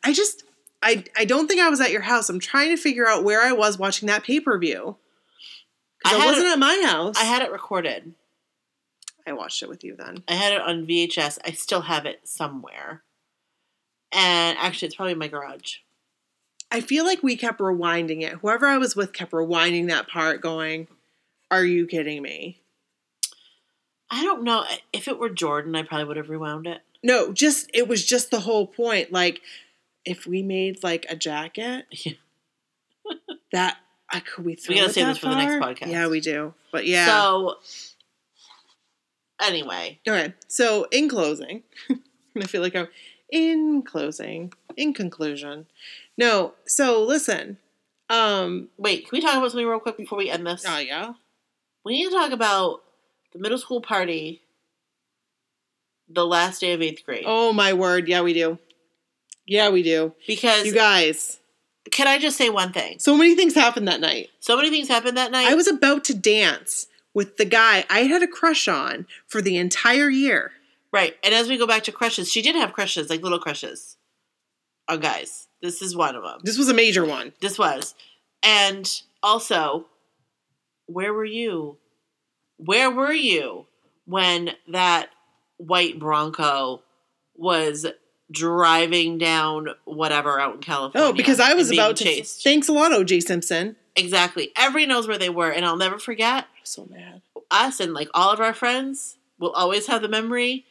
Speaker 2: I just I I don't think I was at your house. I'm trying to figure out where I was watching that pay per view.
Speaker 1: I
Speaker 2: Because I,
Speaker 1: had
Speaker 2: wasn't
Speaker 1: it-
Speaker 2: at my house.
Speaker 1: I had it recorded.
Speaker 2: I watched it with you then.
Speaker 1: I had it on VHS. I still have it somewhere. And actually, it's probably in my garage.
Speaker 2: I feel like we kept rewinding it. Whoever I was with kept rewinding that part, going, "Are you kidding me?"
Speaker 1: I don't know if it were Jordan, I probably would have rewound it.
Speaker 2: No, just it was just the whole point. Like, if we made like a jacket,
Speaker 1: Yeah.
Speaker 2: that I could we throw
Speaker 1: gotta
Speaker 2: it
Speaker 1: save
Speaker 2: that
Speaker 1: this for the next
Speaker 2: far?
Speaker 1: podcast.
Speaker 2: Yeah, we do. But yeah.
Speaker 1: So anyway,
Speaker 2: Okay, so in closing, I feel like I'm in closing, in conclusion. No, so listen. Um,
Speaker 1: wait. Can we talk about something real quick before we end this?
Speaker 2: oh yeah,
Speaker 1: We need to talk about the middle school party. The last day of eighth grade.
Speaker 2: oh my word, yeah, we do, yeah, we do.
Speaker 1: because
Speaker 2: You guys,
Speaker 1: can I just say one thing?
Speaker 2: so many things happened that night.
Speaker 1: So many things happened that night.
Speaker 2: I was about to dance with the guy I had a crush on for the entire year.
Speaker 1: right. And as we go back to crushes, she did have crushes, like little crushes on guys. This is one of them.
Speaker 2: This was a major one.
Speaker 1: This was. And also, where were you? Where were you when that white Bronco was driving down whatever out in California?
Speaker 2: Oh, because I was
Speaker 1: and being
Speaker 2: about to.
Speaker 1: chased.
Speaker 2: Thanks a lot, OJ Simpson.
Speaker 1: exactly. Everybody knows where they were, and I'll never forget.
Speaker 2: I'm so mad.
Speaker 1: us and like all of our friends will always have the memory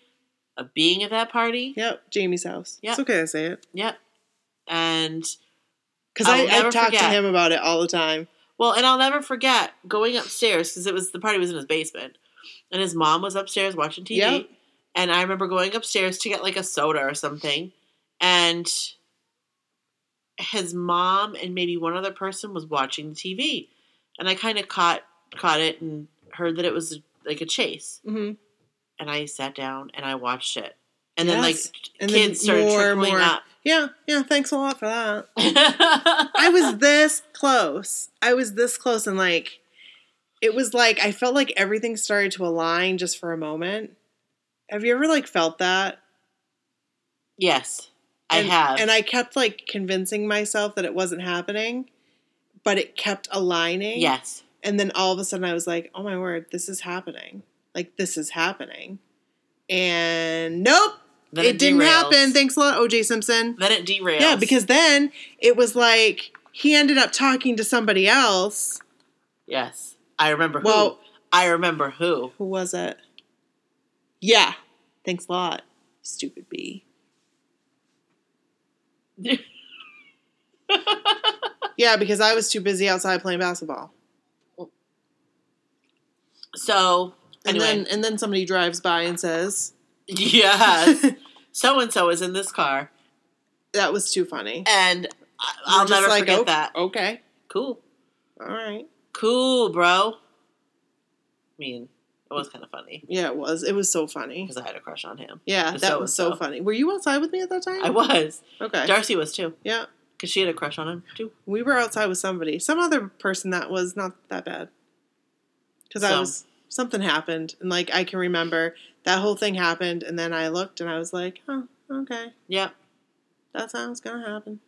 Speaker 1: of being at that party.
Speaker 2: Yep, Jamie's house.
Speaker 1: Yep.
Speaker 2: It's okay to say it
Speaker 1: Yep. And
Speaker 2: because
Speaker 1: I
Speaker 2: I,
Speaker 1: will
Speaker 2: I,
Speaker 1: never
Speaker 2: talk to
Speaker 1: forget.
Speaker 2: him about it all the time.
Speaker 1: well, and I'll never forget going upstairs because it was the party was in his basement, and his mom was upstairs watching TV.
Speaker 2: Yep.
Speaker 1: And I remember going upstairs to get like a soda or something, and his mom and maybe one other person was watching the TV, and I kind of caught caught it and heard that it was like a chase,
Speaker 2: Mm-hmm.
Speaker 1: and I sat down and I watched it, and then like
Speaker 2: Yes. And then
Speaker 1: kids started
Speaker 2: more,
Speaker 1: trickling
Speaker 2: more.
Speaker 1: up.
Speaker 2: Yeah, yeah. Thanks a lot for that.
Speaker 1: I
Speaker 2: I was this close. I was this close, and like, it was like I felt like everything started to align just for a moment. Have you ever like felt that?
Speaker 1: yes,
Speaker 2: And-
Speaker 1: I have.
Speaker 2: And I kept like convincing myself that it wasn't happening, but it kept aligning.
Speaker 1: yes,
Speaker 2: And then all of a sudden, I was like, "Oh my word, this is happening! Like this is happening!" And nope,
Speaker 1: then
Speaker 2: it, didn't
Speaker 1: derails.
Speaker 2: happen. Thanks a lot, OJ Simpson.
Speaker 1: Then it derails.
Speaker 2: Yeah, because then it was like he ended up talking to somebody else.
Speaker 1: yes, I remember who.
Speaker 2: Well-
Speaker 1: I remember who.
Speaker 2: Who was it? Yeah. Thanks a lot, stupid bee. Yeah, because I was too busy outside playing basketball.
Speaker 1: so
Speaker 2: And
Speaker 1: anyway,
Speaker 2: then and then somebody drives by and says,
Speaker 1: yes, so and so is in this car,
Speaker 2: that was too funny.
Speaker 1: and I- I'll
Speaker 2: We're just
Speaker 1: never
Speaker 2: like,
Speaker 1: forget
Speaker 2: "Oh,
Speaker 1: that.
Speaker 2: Okay.
Speaker 1: Cool,
Speaker 2: All right.
Speaker 1: cool, bro. I mean, it was kind of funny
Speaker 2: Yeah, it was. It was so funny.
Speaker 1: because I had a crush on him.
Speaker 2: Yeah,
Speaker 1: The
Speaker 2: that was so
Speaker 1: so-and-so.
Speaker 2: funny. Were you outside with me at that time?
Speaker 1: I was.
Speaker 2: Okay.
Speaker 1: Darcy was too,
Speaker 2: yeah.
Speaker 1: because she had a crush on him too.
Speaker 2: We were outside with somebody, some other person that was not that bad. Because I
Speaker 1: So.
Speaker 2: was, something happened. And like, I can remember that whole thing happened. And then I looked and I was like, oh, okay.
Speaker 1: Yep.
Speaker 2: That's how it's going to happen.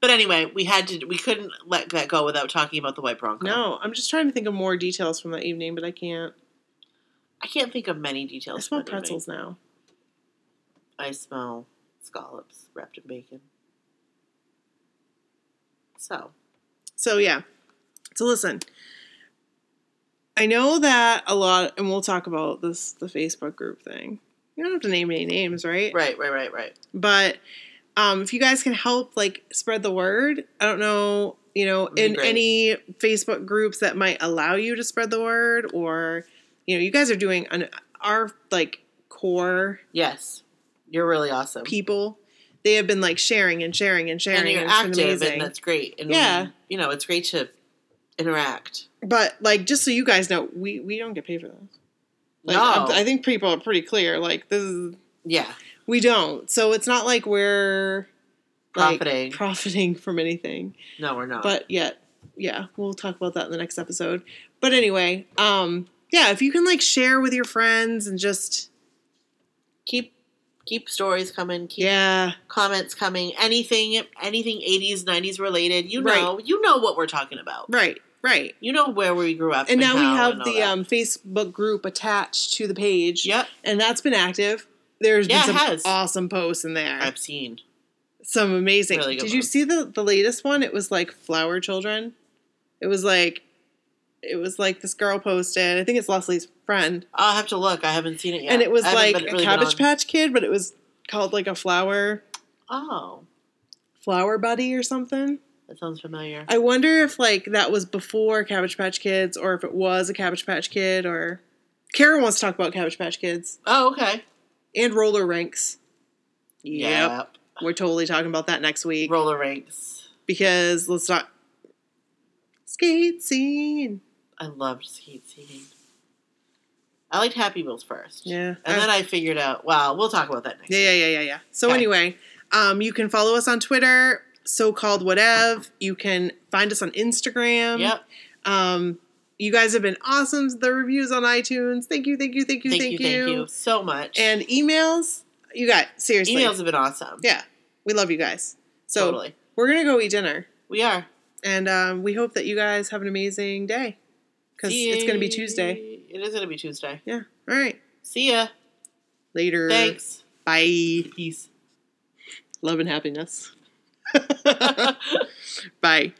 Speaker 1: but anyway, we had to. We couldn't let that go without talking about the white Bronco.
Speaker 2: No, I'm just trying to think of more details from that evening, but I can't.
Speaker 1: I can't think of many
Speaker 2: I
Speaker 1: details.
Speaker 2: smell
Speaker 1: from that evening.
Speaker 2: pretzels now.
Speaker 1: I smell scallops wrapped in bacon. So
Speaker 2: So yeah. So listen. I know that a lot and we'll talk about this the Facebook group thing. You don't have to name any names, right?
Speaker 1: right, right, right, right.
Speaker 2: But um, if you guys can help like spread the word, I don't know, you know,
Speaker 1: That'd be
Speaker 2: in
Speaker 1: great.
Speaker 2: any Facebook groups that might allow you to spread the word or you know, you guys are doing an our like core
Speaker 1: Yes, you're really awesome.
Speaker 2: people. They have been like sharing and sharing and sharing.
Speaker 1: and you're
Speaker 2: it's been
Speaker 1: active,
Speaker 2: amazing.
Speaker 1: and that's great. And
Speaker 2: Yeah.
Speaker 1: we- you know, it's great to interact.
Speaker 2: But like, just so you guys know, we we don't get paid for this. Like,
Speaker 1: no,
Speaker 2: I'm- I think people are pretty clear. Like this is
Speaker 1: yeah,
Speaker 2: we don't. So it's not like we're like,
Speaker 1: Profiting.
Speaker 2: profiting from anything.
Speaker 1: no, we're not.
Speaker 2: But yet, yeah, we'll talk about that in the next episode. But anyway, um, yeah, if you can like share with your friends and just
Speaker 1: keep keep stories coming. Keep
Speaker 2: yeah,
Speaker 1: comments coming. Anything, anything, eighties, nineties related. You
Speaker 2: Right.
Speaker 1: know, you know what we're talking about.
Speaker 2: right, right.
Speaker 1: You know where we grew up.
Speaker 2: And now we
Speaker 1: how
Speaker 2: have
Speaker 1: and all
Speaker 2: the
Speaker 1: that.
Speaker 2: um, Facebook group attached to the page.
Speaker 1: Yep,
Speaker 2: and that's been active. There's
Speaker 1: Yeah, it
Speaker 2: been some
Speaker 1: has.
Speaker 2: awesome posts in there.
Speaker 1: I've seen.
Speaker 2: some amazing.
Speaker 1: Really good
Speaker 2: Did you
Speaker 1: ones.
Speaker 2: see the the latest one? It was like flower children. It was like, it was like this girl posted. I think it's Leslie's friend,
Speaker 1: I'll have to look. I haven't seen it yet.
Speaker 2: and it was
Speaker 1: I haven't
Speaker 2: like
Speaker 1: been-
Speaker 2: a
Speaker 1: really been
Speaker 2: Cabbage
Speaker 1: on-
Speaker 2: Patch Kid, but it was called like a flower
Speaker 1: Oh,
Speaker 2: flower buddy or something.
Speaker 1: that sounds familiar.
Speaker 2: I wonder if like that was before Cabbage Patch Kids, or if it was a Cabbage Patch Kid, or Karen wants to talk about Cabbage Patch Kids
Speaker 1: oh, okay.
Speaker 2: and roller rinks. yep,
Speaker 1: Yep.
Speaker 2: we're totally talking about that next week.
Speaker 1: Roller rinks.
Speaker 2: because let's not skate scene.
Speaker 1: I loved skate skating. I liked Happy Wheels first.
Speaker 2: Yeah.
Speaker 1: And then I figured out, wow, we'll talk about that next.
Speaker 2: yeah, yeah, yeah, yeah, yeah. So
Speaker 1: Okay.
Speaker 2: anyway, um, you can follow us on Twitter, so called whatev. You can find us on Instagram.
Speaker 1: week. Yep.
Speaker 2: Um, you guys have been awesome. The reviews on iTunes. Thank you, thank you, thank you,
Speaker 1: Thank, you,
Speaker 2: thank,
Speaker 1: thank you so much.
Speaker 2: And emails. You guys, seriously.
Speaker 1: emails have been awesome.
Speaker 2: Yeah, we love you guys. So
Speaker 1: totally.
Speaker 2: we're gonna go eat dinner,
Speaker 1: We are.
Speaker 2: and um, we hope that you guys have an amazing day because
Speaker 1: See-
Speaker 2: it's gonna be Tuesday.
Speaker 1: It is gonna be Tuesday.
Speaker 2: Yeah. All right.
Speaker 1: See ya.
Speaker 2: Later.
Speaker 1: Thanks.
Speaker 2: Bye.
Speaker 1: Peace.
Speaker 2: Love and happiness. Bye.